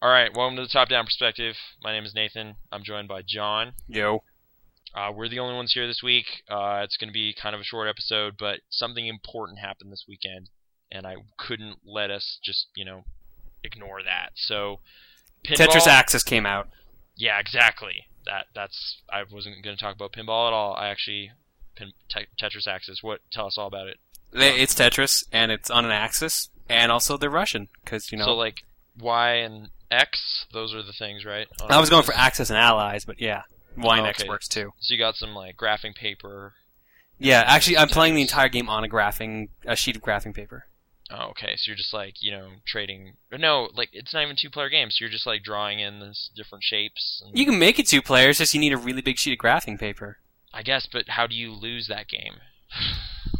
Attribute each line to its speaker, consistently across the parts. Speaker 1: All right, welcome to the Top Down Perspective. My name is Nathan. I'm joined by John.
Speaker 2: Yo.
Speaker 1: Uh, we're the only ones here this week. Uh, it's going to be kind of a short episode, but something important happened this weekend, and I couldn't let us just, you know, ignore that. So, pinball,
Speaker 2: Tetris Axis came out.
Speaker 1: Yeah, exactly. That that's I wasn't going to talk about pinball at all. I actually pin, te- Tetris Axis. What? Tell us all about it.
Speaker 2: They- It's Tetris, and it's on an axis, and also they're Russian because you know.
Speaker 1: So like Y and X, those are the things, right?
Speaker 2: I was going for Axis and Allies, but yeah, Y and
Speaker 1: Oh,
Speaker 2: X
Speaker 1: okay.
Speaker 2: works too.
Speaker 1: So you got some like graphing paper.
Speaker 2: Yeah, actually, I'm playing the entire game on a graphing, a sheet of graphing paper.
Speaker 1: Oh, okay. So you're just like you know trading. Or no, like it's not even two player games. You're just like drawing in these different shapes. And
Speaker 2: You can make it two players, just you need a really big sheet of graphing paper.
Speaker 1: I guess, but how do you lose that game?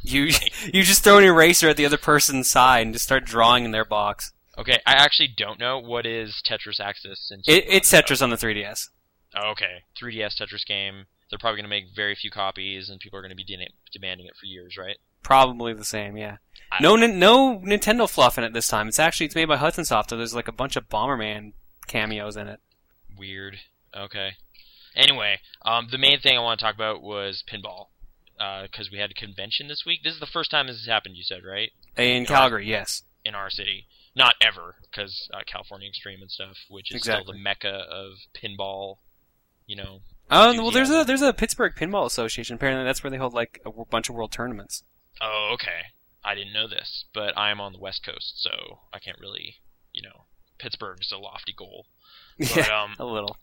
Speaker 2: You you just throw an eraser at the other person's side and just start drawing in their box.
Speaker 1: Okay, I actually don't know what is Tetris Axis. Since you
Speaker 2: It,
Speaker 1: brought
Speaker 2: it's
Speaker 1: it up.
Speaker 2: Tetris on the 3DS.
Speaker 1: Oh, okay, 3DS Tetris game. They're probably going to make very few copies, and people are going to be de- demanding it for years, right?
Speaker 2: Probably the same, yeah.
Speaker 1: I-
Speaker 2: No, nin- no Nintendo fluff in it this time. It's actually it's made by Hudson Soft. So there's like a bunch of Bomberman cameos in it.
Speaker 1: Weird. Okay. Anyway, um, the main thing I want to talk about was pinball, because we had a convention this week. This is the first time this has happened. You said right?
Speaker 2: In
Speaker 1: Yeah.
Speaker 2: Calgary, yes.
Speaker 1: in our city. Not ever, because uh, California Extreme and stuff, which is still
Speaker 2: Exactly.
Speaker 1: the mecca of pinball. You know,
Speaker 2: Oh well, there's
Speaker 1: Yeah.
Speaker 2: a there's a Pittsburgh Pinball Association. Apparently, that's where they hold like a w- bunch of world tournaments.
Speaker 1: oh okay, I didn't know this, but I'm on the West Coast, so I can't really, you know, Pittsburgh's a lofty goal. But,
Speaker 2: Yeah,
Speaker 1: um,
Speaker 2: a little.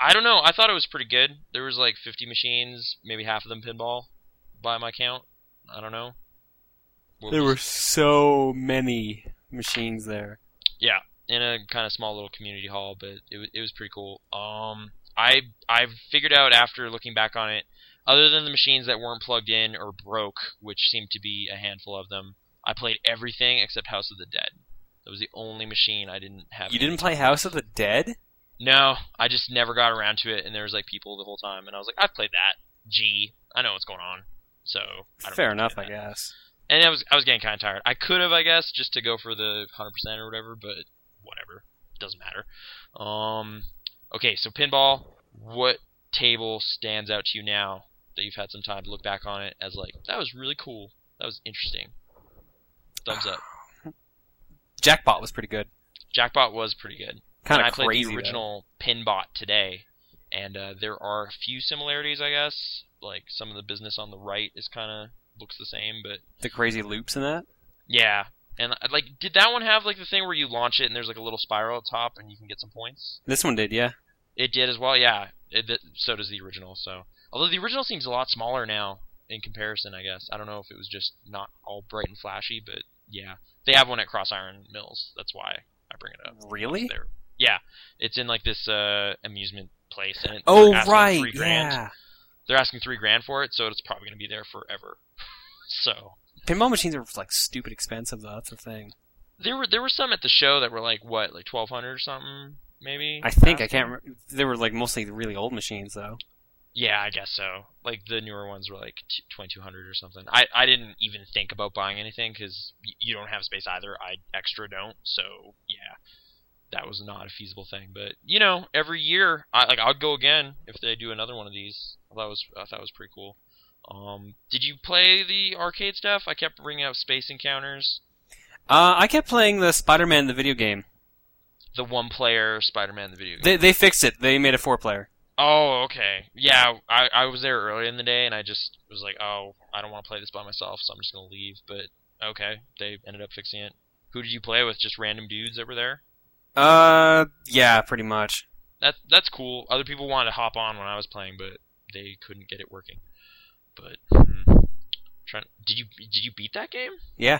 Speaker 1: I don't know. I thought it was pretty good. There was like 50 machines, maybe half of them pinball, by my count. I don't know. What
Speaker 2: There
Speaker 1: was-
Speaker 2: were so many machines there.
Speaker 1: yeah, in a kind of small little community hall, but it was it was pretty cool. Um, I I figured out after looking back on it, other than the machines that weren't plugged in or broke, which seemed to be a handful of them, I played everything except House of the Dead. That was the only machine I didn't have.
Speaker 2: You didn't play House of the Dead?
Speaker 1: No, I just never got around to it, and there was like people the whole time, and I was like, I've played that. Gee, I know what's going on. So I don't
Speaker 2: Fair
Speaker 1: really
Speaker 2: enough,
Speaker 1: play
Speaker 2: I
Speaker 1: that.
Speaker 2: guess.
Speaker 1: And I was I was getting kind of tired. I could have, I guess, just to go for the hundred percent or whatever, but whatever, doesn't matter. Um, okay, so pinball. What table stands out to you now that you've had some time to look back on it as like that was really cool, that was interesting. Thumbs up.
Speaker 2: Jackpot was pretty good.
Speaker 1: Jackpot was pretty good.
Speaker 2: Kind
Speaker 1: and I
Speaker 2: of
Speaker 1: played
Speaker 2: crazy.
Speaker 1: the
Speaker 2: though.
Speaker 1: original Pinbot today, and uh, there are a few similarities, I guess. Like some of the business on the right is kind of looks the same, but
Speaker 2: The crazy loops in that.
Speaker 1: Yeah. And uh, like, did that one have like the thing where you launch it and there's like a little spiral at top and you can get some points?
Speaker 2: This one did, yeah.
Speaker 1: It did as well. Yeah. It, th- so does the original. So, although the original seems a lot smaller now in comparison, I guess I don't know if it was just not all bright and flashy, but yeah, they have one at Cross Iron Mills. That's why I bring it up.
Speaker 2: Really?
Speaker 1: There. Yeah, it's in like this uh, amusement place, and it,
Speaker 2: Oh
Speaker 1: they're asking
Speaker 2: right,
Speaker 1: three grand.
Speaker 2: yeah.
Speaker 1: They're asking three grand for it, so it's probably gonna be there forever. so
Speaker 2: Pinball machines are like stupid expensive though. That's the thing.
Speaker 1: There were there were some at the show that were like what like twelve hundred or something maybe.
Speaker 2: I think I
Speaker 1: Asking.
Speaker 2: can't. Re- they were like mostly the really old machines though.
Speaker 1: Yeah, I guess so. Like the newer ones were like twenty two hundred or something. I I didn't even think about buying anything because y- you don't have space either. I extra don't. So yeah, that was not a feasible thing. But you know, every year I like I'd go again if they do another one of these. I thought it was I thought it was pretty cool. Um, did you play the arcade stuff? I kept bringing out Space Encounters,
Speaker 2: Uh, I kept playing the Spider-Man the video game.
Speaker 1: the one player Spider Man the video game.
Speaker 2: They they fixed it. They made a four-player.
Speaker 1: Oh, okay. Yeah, I, I was there earlier in the day, and I just was like, oh, I don't want to play this by myself, so I'm just gonna leave. But okay, they ended up fixing it. Who did you play with? Just random dudes that were there.
Speaker 2: Uh, yeah, pretty much.
Speaker 1: That that's cool. Other people wanted to hop on when I was playing, but they couldn't get it working. But hmm, trying, did you did you beat that game?
Speaker 2: Yeah.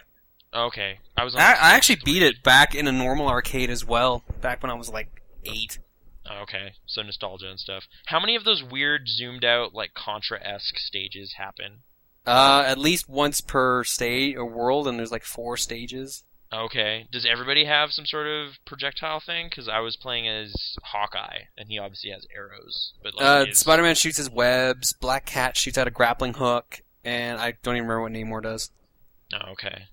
Speaker 1: Okay, I was. On
Speaker 2: I,
Speaker 1: like
Speaker 2: I actually
Speaker 1: three.
Speaker 2: beat it back in a normal arcade as well. Back when I was like eight.
Speaker 1: Oh, okay, so nostalgia and stuff. How many of those weird zoomed out like Contra esque stages happen?
Speaker 2: Uh, at least once per stage or world, and there's like four stages.
Speaker 1: Okay. Does everybody have some sort of projectile thing? Because I was playing as Hawkeye, and he obviously has arrows. But like,
Speaker 2: Uh,
Speaker 1: his-
Speaker 2: Spider-Man shoots his webs. Black Cat shoots out a grappling hook, and I don't even remember what Namor does.
Speaker 1: oh, okay.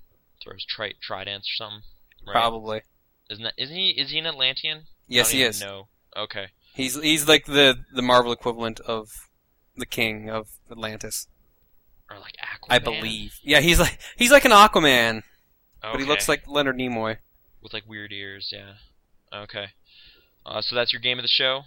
Speaker 1: Throws tri- tridents or something. Right?
Speaker 2: Probably.
Speaker 1: Isn't that? Isn't he? Is he an Atlantean? I
Speaker 2: Yes,
Speaker 1: don't
Speaker 2: he
Speaker 1: even
Speaker 2: is.
Speaker 1: Know. Okay.
Speaker 2: He's he's like the the Marvel equivalent of the king of Atlantis,
Speaker 1: Or like Aquaman.
Speaker 2: I believe. Yeah, he's like he's like an Aquaman,
Speaker 1: Okay.
Speaker 2: but he looks like Leonard Nimoy.
Speaker 1: with like weird ears. Yeah. Okay. Uh, so that's your game of the show.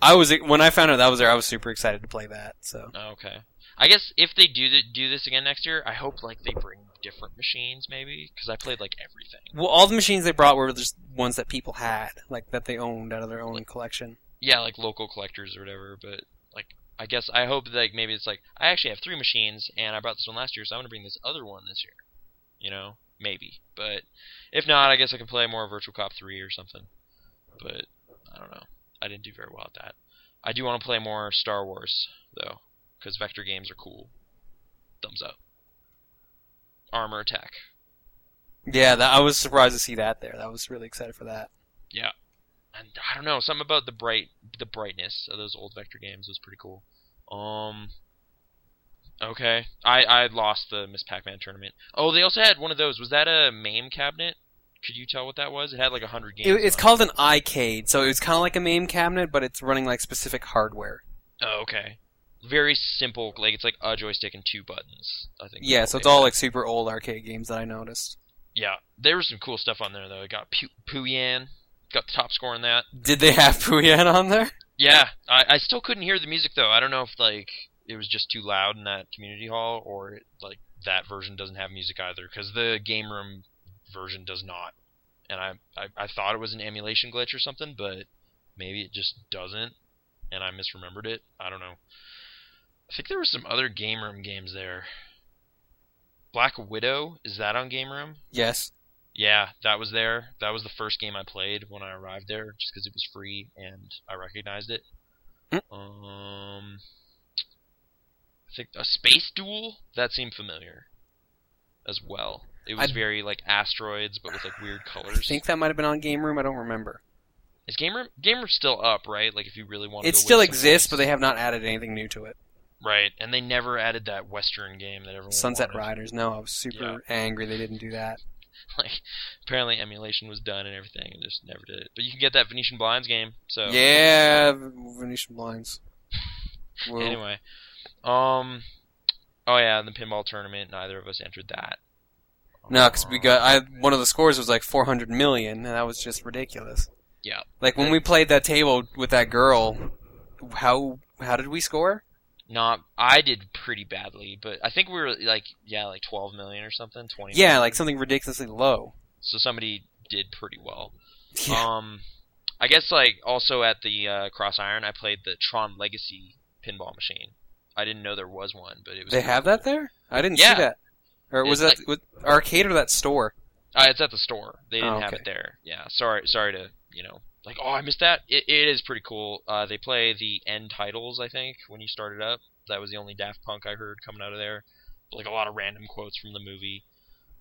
Speaker 2: I was when I found out that was there, I was super excited to play that. So
Speaker 1: Okay. I guess if they do th- do this again next year, I hope like they bring different machines maybe because I played like everything.
Speaker 2: well, all the machines they brought were just ones that people had, like that they owned out of their own collection.
Speaker 1: Yeah, like local collectors or whatever. But like I guess I hope like maybe it's like I actually have three machines and I brought this one last year, so I'm gonna bring this other one this year. You know, maybe. But if not, I guess I can play more Virtual Cop three or something. But I don't know. I didn't do very well at that. I do want to play more Star Wars though, because vector games are cool. Thumbs up. Armor attack.
Speaker 2: Yeah, that, I was surprised to see that there. I was really excited for that.
Speaker 1: and I don't know, something about the bright the brightness of those old vector games was pretty cool. Um Okay. I I lost the Miss Pac-Man tournament. Oh, they also had one of those. Was that a MAME cabinet? Could you tell what that was? It had like 100 games.
Speaker 2: It, it's
Speaker 1: on it.
Speaker 2: called an iCade, so it's kind of like a MAME cabinet, but it's running like specific hardware.
Speaker 1: Oh, okay. Very simple. Like it's like a joystick and two buttons, I think.
Speaker 2: Yeah, so it's all like super old arcade games that I noticed.
Speaker 1: Yeah. There was some cool stuff on there though. It got Pu- Puyan got the top score in that.
Speaker 2: Did they have Puyan on there?
Speaker 1: Yeah, I, I still couldn't hear the music though. I don't know if like it was just too loud in that community hall, or like that version doesn't have music either, because the game room version does not. And I, I I thought it was an emulation glitch or something, but maybe it just doesn't, and I misremembered it. I don't know. I think there were some other game room games there. Black Widow is that on game room?
Speaker 2: Yes.
Speaker 1: Yeah, that was there. That was the first game I played when I arrived there, just because it was free and I recognized it.
Speaker 2: Mm.
Speaker 1: Um, I think a space duel that seemed familiar, as well. It was
Speaker 2: I-
Speaker 1: very like asteroids, but with like weird
Speaker 2: I
Speaker 1: colors.
Speaker 2: think that might have been on Game Room. I don't remember.
Speaker 1: Is game room game room's still up, right? Like if you really want, to
Speaker 2: It
Speaker 1: go
Speaker 2: still
Speaker 1: look
Speaker 2: exists, but
Speaker 1: someplace.
Speaker 2: they have not added anything new to it.
Speaker 1: right, and they never added that Western game that everyone
Speaker 2: Sunset
Speaker 1: wanted.
Speaker 2: Riders. No, I was super angry they didn't do that.
Speaker 1: Like apparently emulation was done and everything, and just never did it. But you can get that Venetian Blinds game. So
Speaker 2: Yeah, Venetian blinds. Whoa.
Speaker 1: Anyway, um, oh yeah, the pinball tournament. Neither of us entered that.
Speaker 2: No, because we got I one of the scores was like 400 million, and that was just ridiculous.
Speaker 1: Yeah.
Speaker 2: Like when we played that table with that girl, how how did we score?
Speaker 1: Not. I did pretty badly, but I think we were like, yeah, like twelve million or something, twenty.
Speaker 2: Yeah,
Speaker 1: million.
Speaker 2: like something ridiculously low.
Speaker 1: so. Somebody did pretty well.
Speaker 2: Yeah.
Speaker 1: Um, I guess like also at the uh, Cross Iron, I played the Tron Legacy pinball machine. I didn't know there was one, but it was.
Speaker 2: They
Speaker 1: pretty
Speaker 2: have
Speaker 1: cool.
Speaker 2: that there? I didn't
Speaker 1: Yeah.
Speaker 2: see that. Or was
Speaker 1: It's
Speaker 2: that with arcade or that store?
Speaker 1: Uh, it's at the store. They didn't
Speaker 2: Oh,
Speaker 1: have
Speaker 2: okay.
Speaker 1: it there. Yeah. Sorry. Sorry to you know. Like oh I missed that. It, it is pretty cool. Uh, they play the end titles I think when you start it up. That was the only Daft Punk I heard coming out of there. Like a lot of random quotes from the movie.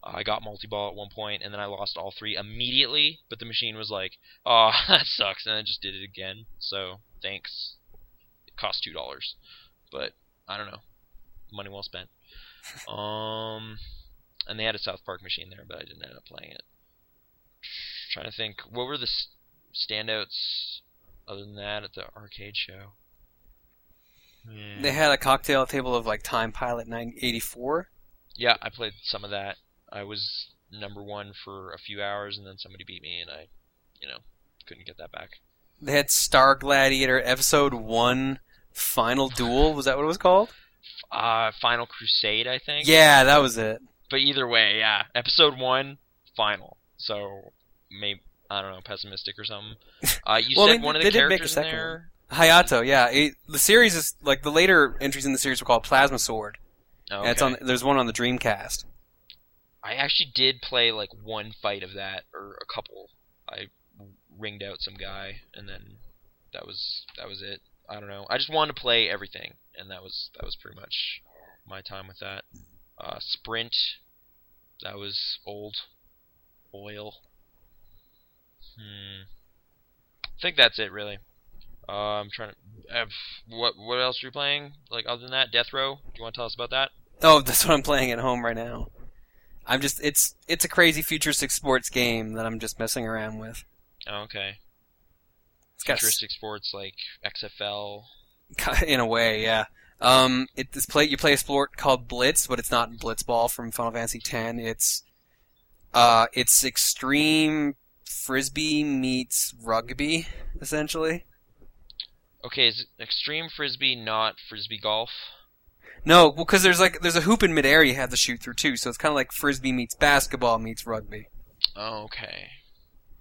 Speaker 1: Uh, I got multi ball at one point and then I lost all three immediately. But the machine was like, oh that sucks, and I just did it again. So thanks. It cost two dollars, but I don't know. Money well spent. um and they had a South Park machine there, but I didn't end up playing it. Trying to think, what were the s- standouts other than that at the arcade show? Hmm.
Speaker 2: They had a cocktail table of like Time Pilot 984.
Speaker 1: Yeah, I played some of that. I was number one for a few hours, and then somebody beat me, and I, you know, couldn't get that back.
Speaker 2: They had Star Gladiator Episode 1 Final Duel. Was that what it was called?
Speaker 1: Uh, Final Crusade, I think.
Speaker 2: Yeah, that was it.
Speaker 1: But either way, yeah, episode one, final. So maybe I don't know, pessimistic or something. Uh, you
Speaker 2: Well, I
Speaker 1: said
Speaker 2: mean,
Speaker 1: one of
Speaker 2: they
Speaker 1: the
Speaker 2: did make a
Speaker 1: characters in
Speaker 2: second
Speaker 1: there.
Speaker 2: Hayato, yeah. It- the series is like the later entries in the series were called Plasma Sword.
Speaker 1: Oh,
Speaker 2: And it's
Speaker 1: okay.
Speaker 2: on there's one on the Dreamcast.
Speaker 1: I actually did play like one fight of that or a couple. I ringed out some guy and then that was that was it. I don't know. I just wanted to play everything and that was that was pretty much my time with that. Uh, sprint that was old oil. Hmm. I think that's it really. Uh, I'm trying to. Uh, what what else are you playing? Like other than that, Death Row. Do you want to tell us about that?
Speaker 2: Oh, that's what I'm playing at home right now. I'm just it's it's a crazy futuristic sports game that I'm just messing around with.
Speaker 1: Oh, okay.
Speaker 2: It's got s-
Speaker 1: futuristic sports like XFL.
Speaker 2: in a way, yeah. Um, it, this play you play a sport called Blitz, but it's not Blitzball from Final Fantasy X. It's uh, it's extreme frisbee meets rugby, essentially.
Speaker 1: Okay, is extreme frisbee not frisbee golf?
Speaker 2: No, well, because there's like there's a hoop in midair you have to shoot through too, so it's kind of like frisbee meets basketball meets rugby.
Speaker 1: Oh, okay.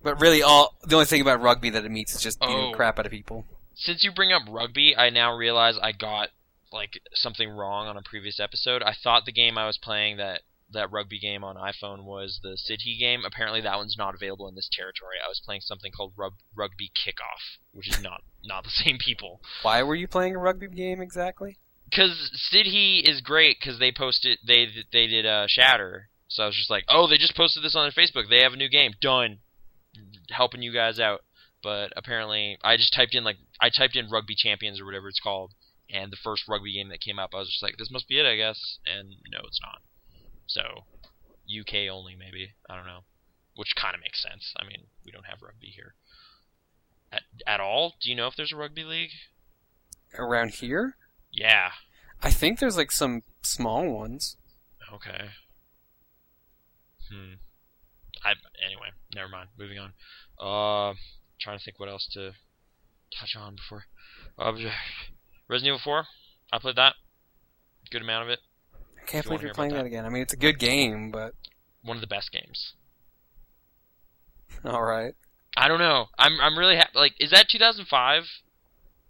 Speaker 2: But really, all the only thing about rugby that it meets is just beating
Speaker 1: Oh.
Speaker 2: the crap out of people.
Speaker 1: Since you bring up rugby, I now realize I got like something wrong on a previous episode. I thought the game I was playing that that rugby game on iPhone was the City game. Apparently, that one's not available in this territory. I was playing something called rug, Rugby Kickoff, which is not not the same people.
Speaker 2: Why were you playing a rugby game exactly?
Speaker 1: because Sidhe is great because they posted they they did uh, Shatter, so I was just like, oh, they just posted this on their Facebook. They have a new game. Done, helping you guys out. But apparently, I just typed in like I typed in Rugby Champions or whatever it's called, and the first rugby game that came up, I was just like, this must be it, I guess. And no, it's not. So, UK only maybe. I don't know, which kind of makes sense. I mean, we don't have rugby here. At, at all? Do you know if there's a rugby league?
Speaker 2: Around here,
Speaker 1: Yeah.
Speaker 2: I think there's like some small ones.
Speaker 1: Okay. Hmm. I anyway, never mind. Moving on. Uh, trying to think what else to touch on before. Uh, Resident Evil 4. I played that. Good amount of it.
Speaker 2: I can't
Speaker 1: You wanna
Speaker 2: believe
Speaker 1: hear
Speaker 2: you're
Speaker 1: about
Speaker 2: playing
Speaker 1: that?
Speaker 2: that again. I mean, it's a good game, but
Speaker 1: One of the best games.
Speaker 2: all right.
Speaker 1: I don't know. I'm I'm really happy. Like, is that 2005?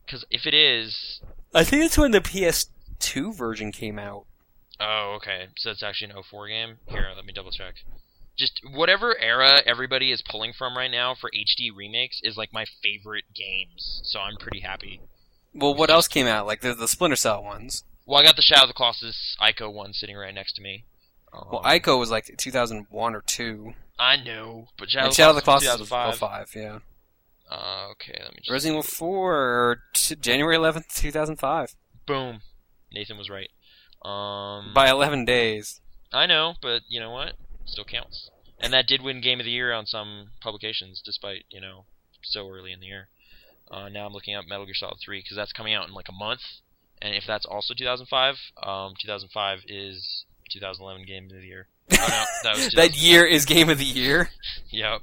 Speaker 1: Because if it is,
Speaker 2: I think that's when the PS2 version came out.
Speaker 1: oh okay. So that's actually an 04 game. Here, let me double check. Just whatever era everybody is pulling from right now for HD remakes is like my favorite games. So I'm pretty happy.
Speaker 2: Well, what else came out? Like the the Splinter Cell ones.
Speaker 1: Well, I got the Shadow of the Colossus Ico one sitting right next to me. Um,
Speaker 2: Well, Ico was like 2001 or two.
Speaker 1: I know, but Shadow,
Speaker 2: And Shadow of the
Speaker 1: Colossus
Speaker 2: Colossus was
Speaker 1: 2005.
Speaker 2: 05, yeah.
Speaker 1: Uh, okay, let me just
Speaker 2: Resident Evil 4, t- January 11th, 2005.
Speaker 1: boom. Nathan was right. Um,
Speaker 2: By 11 days.
Speaker 1: I know, but you know what? Still counts. And that did win Game of the Year on some publications, despite you know so early in the year. Uh, now I'm looking up Metal Gear Solid 3 because that's coming out in like a month, and if that's also 2005, um, 2005 is 2011 Game of the Year. Oh no, that was
Speaker 2: That year is Game of the Year.
Speaker 1: Yep.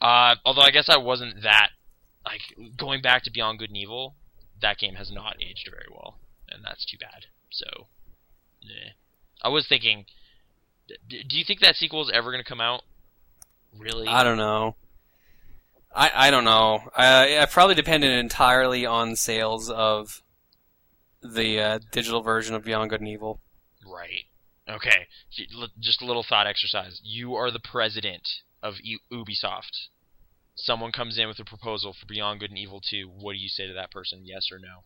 Speaker 1: Uh, although I guess I wasn't that like going back to Beyond Good and Evil. That game has not aged very well, and that's too bad. So, eh. I was thinking, d- do you think that sequel is ever going to come out? Really?
Speaker 2: I don't know. I, I don't know. I, I probably depended entirely on sales of the uh, digital version of Beyond Good and Evil.
Speaker 1: Right. Okay. J- l- Just a little thought exercise. You are the president of U- Ubisoft. Someone comes in with a proposal for Beyond Good and Evil 2. What do you say to that person? Yes or no?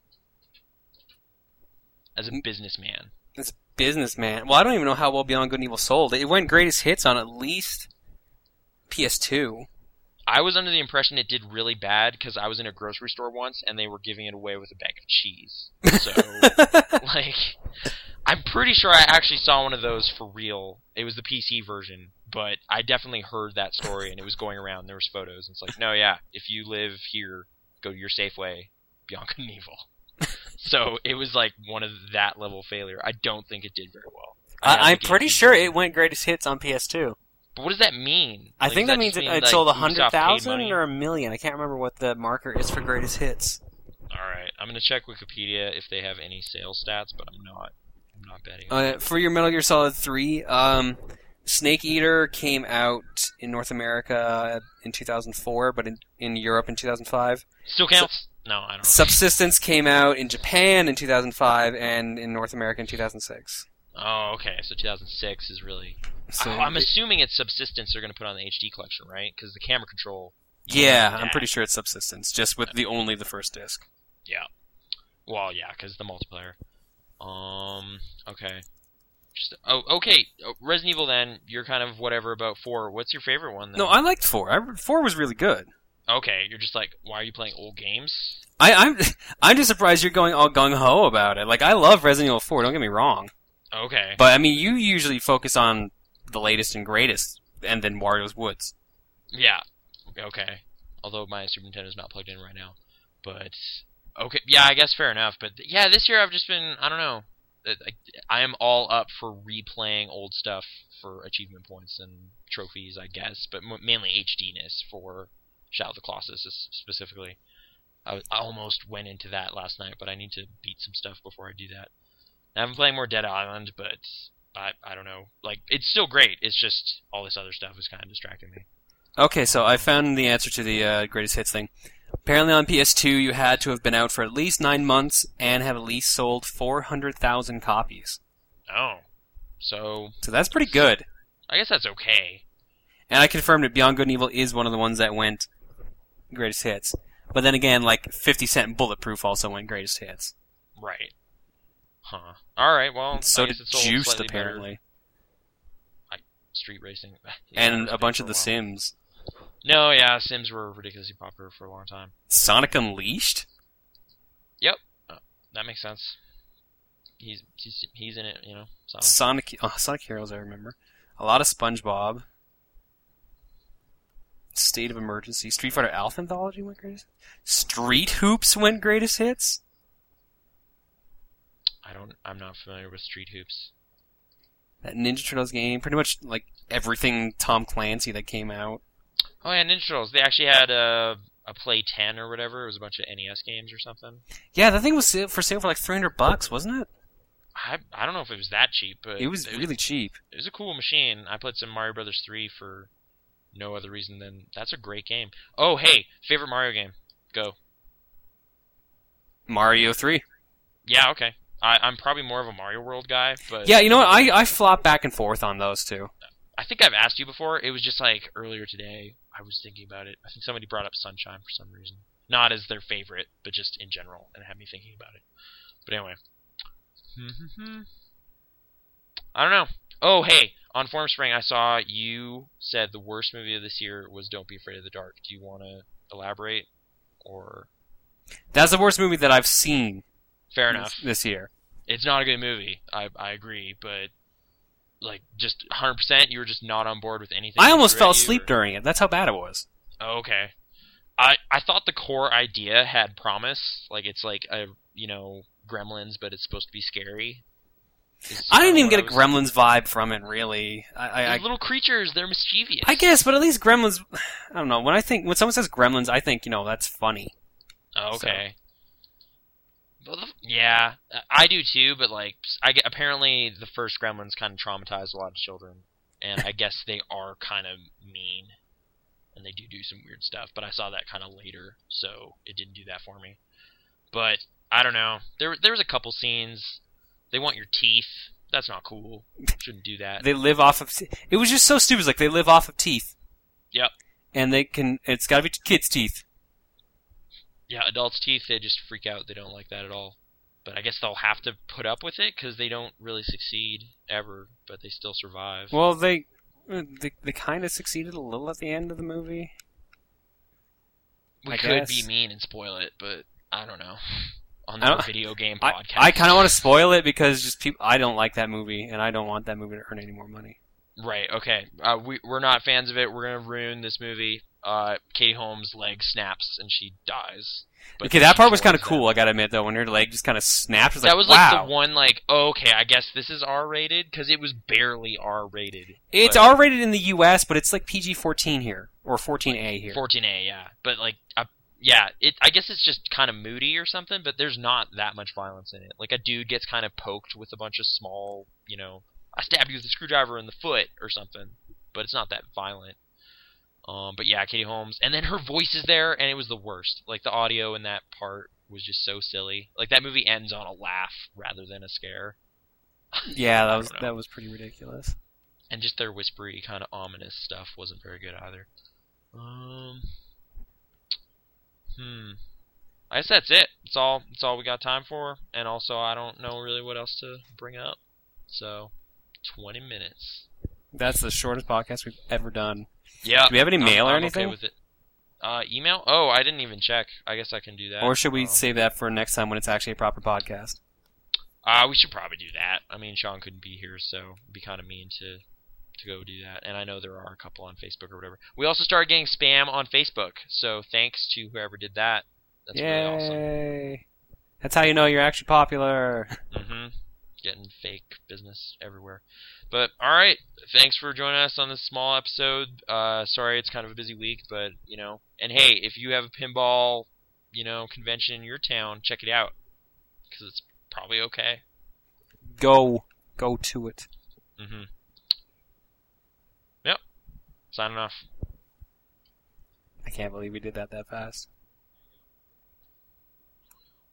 Speaker 1: As a
Speaker 2: Mm.
Speaker 1: businessman.
Speaker 2: businessman. Well, I don't even know how well Beyond Good and Evil sold. It went greatest hits on at least PS2.
Speaker 1: I was under the impression it did really bad because I was in a grocery store once and they were giving it away with a bag of cheese. So, like, I'm pretty sure I actually saw one of those for real. It was the PC version, but I definitely heard that story and it was going around. There was photos and it's like, no, yeah, if you live here, go to your Safeway, Beyond Good and Evil. so it was like one of that level failure. I don't think it did very well. have
Speaker 2: I, I'm
Speaker 1: the
Speaker 2: pretty
Speaker 1: GameCube
Speaker 2: sure
Speaker 1: version.
Speaker 2: it went greatest hits on PS2.
Speaker 1: But what does that mean?
Speaker 2: I
Speaker 1: Like,
Speaker 2: think
Speaker 1: does
Speaker 2: that means
Speaker 1: just
Speaker 2: it,
Speaker 1: mean,
Speaker 2: it
Speaker 1: like,
Speaker 2: sold
Speaker 1: Ubisoft paid
Speaker 2: 100,000
Speaker 1: money?
Speaker 2: or a million. I can't remember what the marker is for greatest hits.
Speaker 1: All right, I'm gonna check Wikipedia if they have any sales stats, but I'm not. I'm not betting. on
Speaker 2: Uh, for your Metal Gear Solid 3, um, Snake Eater came out in North America in 2004, but in, in Europe in 2005.
Speaker 1: it. Still counts? no, I don't.
Speaker 2: Subsistence came out in Japan in 2005 and in North America in 2006.
Speaker 1: Oh, okay. So 2006 is really.
Speaker 2: So
Speaker 1: Oh, I'm assuming it's Subsistence they're gonna put on the HD collection, right? Because the camera control.
Speaker 2: Yeah,
Speaker 1: Yeah.
Speaker 2: I'm pretty sure it's Subsistence, just with the only the first disc.
Speaker 1: Well, yeah, because the multiplayer. Um. Okay. Just, oh, okay. Oh, Resident Evil. Then you're kind of whatever about four. What's your favorite one? Then?
Speaker 2: No, I liked four. I, four was really good.
Speaker 1: okay, you're just like, why are you playing old games?
Speaker 2: I, I'm I'm just surprised you're going all gung ho about it. Like I love Resident Evil Four. Don't get me wrong,
Speaker 1: Okay.
Speaker 2: but I mean you usually focus on the latest and greatest, and then Wario's Woods.
Speaker 1: Yeah. Okay. although my Super Nintendo is not plugged in right now. But okay, yeah, I guess fair enough. But yeah, this year I've just been I don't know. I, I am all up for replaying old stuff for achievement points and trophies, I guess, but m- mainly HDness for Shadow of the Colossus s- specifically. I, was- I almost went into that last night, but I need to beat some stuff before I do that. I've been playing more Dead Island, but I I don't know. Like it's still great. It's just all this other stuff is kind of distracting me.
Speaker 2: Okay, so I found the answer to the uh, greatest hits thing. Apparently, on PS2, you had to have been out for at least nine months and have at least sold 400,000 copies.
Speaker 1: Oh, so
Speaker 2: So that's pretty good.
Speaker 1: I guess that's okay.
Speaker 2: And I confirmed that Beyond Good and Evil is one of the ones that went greatest hits. But then again, like 50 Cent Bulletproof also went greatest hits.
Speaker 1: Right. Huh. All right. Well,
Speaker 2: so
Speaker 1: I guess
Speaker 2: did
Speaker 1: it's sold
Speaker 2: Juiced,
Speaker 1: slightly better.
Speaker 2: apparently.
Speaker 1: Street racing.
Speaker 2: And a bunch of The
Speaker 1: Sims.
Speaker 2: Sims.
Speaker 1: No, yeah, Sims were ridiculously popular for a long time.
Speaker 2: Sonic Unleashed?
Speaker 1: That makes sense. He's he's, he's in it, you know. Sonic.
Speaker 2: Sonic, oh, Sonic Heroes, I remember. A lot of SpongeBob. State of Emergency. Street Fighter Alpha Anthology went greatest. Street Hoops went greatest hits.
Speaker 1: I don't. I'm not familiar with Street Hoops.
Speaker 2: That Ninja Turtles game, pretty much like everything Tom Clancy that came out.
Speaker 1: Oh yeah, Ninja Turtles. They actually had a a play ten or whatever. It was a bunch of NES games or something.
Speaker 2: Yeah, that thing was sale- for sale for like three hundred bucks, wasn't it?
Speaker 1: I I don't know if it was that cheap, but
Speaker 2: It was really cheap.
Speaker 1: it was a cool machine. I played some Mario Brothers three for no other reason than that's a great game. Oh hey, favorite Mario game? Go.
Speaker 2: Mario Three.
Speaker 1: Yeah, okay. I, I'm probably more of a Mario World guy, but
Speaker 2: Yeah, you know what? I I flop back and forth on those two.
Speaker 1: I think I've asked you before. It was just like earlier today. I was thinking about it. I think somebody brought up Sunshine for some reason, not as their favorite, but just in general, and it had me thinking about it. But anyway, I don't know. Oh, hey, on Form Spring, I saw you said the worst movie of this year was Don't Be Afraid of the Dark. Do you want to elaborate, or
Speaker 2: That's the worst movie that I've seen
Speaker 1: fair
Speaker 2: this-
Speaker 1: enough?
Speaker 2: this year.
Speaker 1: it's not a good movie. I I agree, but like just 100%, you were just not on board with anything.
Speaker 2: I
Speaker 1: that
Speaker 2: almost
Speaker 1: threw
Speaker 2: fell
Speaker 1: at you,
Speaker 2: asleep
Speaker 1: or-
Speaker 2: during it. That's how bad it was.
Speaker 1: Oh, okay. I I thought the core idea had promise. Like it's like a you know Gremlins, but it's supposed to be scary. Is
Speaker 2: I didn't
Speaker 1: kinda
Speaker 2: even
Speaker 1: what
Speaker 2: get
Speaker 1: was-
Speaker 2: a Gremlins vibe from it, really. I, I,
Speaker 1: They're
Speaker 2: I
Speaker 1: little creatures. They're mischievous.
Speaker 2: I guess, but at least Gremlins. I don't know. When I think when someone says Gremlins, I think you know that's funny.
Speaker 1: Oh, okay. Well, the- Yeah, I do too. But like, I get, apparently the first Gremlins kind of traumatized a lot of children, and I guess they are kind of mean, and they do do some weird stuff. But I saw that kind of later, so it didn't do that for me. But I don't know. There, there was a couple scenes. They want your teeth. That's not cool. Shouldn't do that.
Speaker 2: They live off of. It was just so stupid. Like they live off of teeth.
Speaker 1: Yep.
Speaker 2: And they can. It's got to be kids' teeth.
Speaker 1: Yeah, adults' teeth, they just freak out. They don't like that at all. But I guess they'll have to put up with it because they don't really succeed ever, but they still survive.
Speaker 2: Well, they they, they kind of succeeded a little at the end of the movie.
Speaker 1: we
Speaker 2: I
Speaker 1: could
Speaker 2: guess.
Speaker 1: be mean and spoil it, but I don't know. On
Speaker 2: I
Speaker 1: the
Speaker 2: don't-
Speaker 1: video game
Speaker 2: I,
Speaker 1: podcast,
Speaker 2: I kind of want to spoil it because just people. I don't like that movie, and I don't want that movie to earn any more money.
Speaker 1: Right. Okay. Uh, we we're not fans of it. We're gonna ruin this movie. Uh, Katie Holmes' leg snaps and she dies. But
Speaker 2: okay,
Speaker 1: she
Speaker 2: that part was kind of
Speaker 1: survives
Speaker 2: cool. I gotta admit though, when her leg just kind of snapped, it's
Speaker 1: That, that
Speaker 2: like,
Speaker 1: was
Speaker 2: wow.
Speaker 1: like the one like, oh, okay, I guess this is R rated because it was barely R rated.
Speaker 2: It's
Speaker 1: but-
Speaker 2: R-rated in the U.S., but it's like PG-14 here or 14A here.
Speaker 1: 14A, yeah. But like, I, yeah, it. I guess it's just kind of moody or something. But there's not that much violence in it. Like a dude gets kind of poked with a bunch of small, you know, I stab you with a screwdriver in the foot or something. But it's not that violent. Um, but yeah, Katie Holmes, and then her voice is there, and it was the worst. Like the audio in that part was just so silly. Like that movie ends on a laugh rather than a scare,
Speaker 2: Yeah, that was
Speaker 1: don't know.
Speaker 2: that was pretty ridiculous.
Speaker 1: and just their whispery kind of ominous stuff wasn't very good either. Um, hmm. I guess that's it. It's all. It's all we got time for, and also I don't know really what else to bring up. So, twenty minutes.
Speaker 2: That's the shortest podcast we've ever done.
Speaker 1: Yeah.
Speaker 2: Do we have any mail
Speaker 1: Uh, I'm,
Speaker 2: or
Speaker 1: I'm
Speaker 2: anything,
Speaker 1: Okay with it. Uh, email? Oh, I didn't even check. I guess I can do that.
Speaker 2: or should we
Speaker 1: Um,
Speaker 2: save that for next time when it's actually a proper podcast?
Speaker 1: Uh, we should probably do that. I mean, Sean couldn't be here, so it'd be kind of mean to to go do that. And I know there are a couple on Facebook or whatever. We also started getting spam on Facebook, so thanks to whoever did that. That's
Speaker 2: Yay!
Speaker 1: really awesome.
Speaker 2: That's how you know you're actually popular.
Speaker 1: hmm Getting fake business everywhere. But all right, thanks for joining us on this small episode. Uh, sorry, it's kind of a busy week, but you know. And hey, if you have a pinball, you know, convention in your town, check it out because it's probably okay.
Speaker 2: Go, go to it.
Speaker 1: hmm Yep. Signing off.
Speaker 2: I can't believe we did that that fast.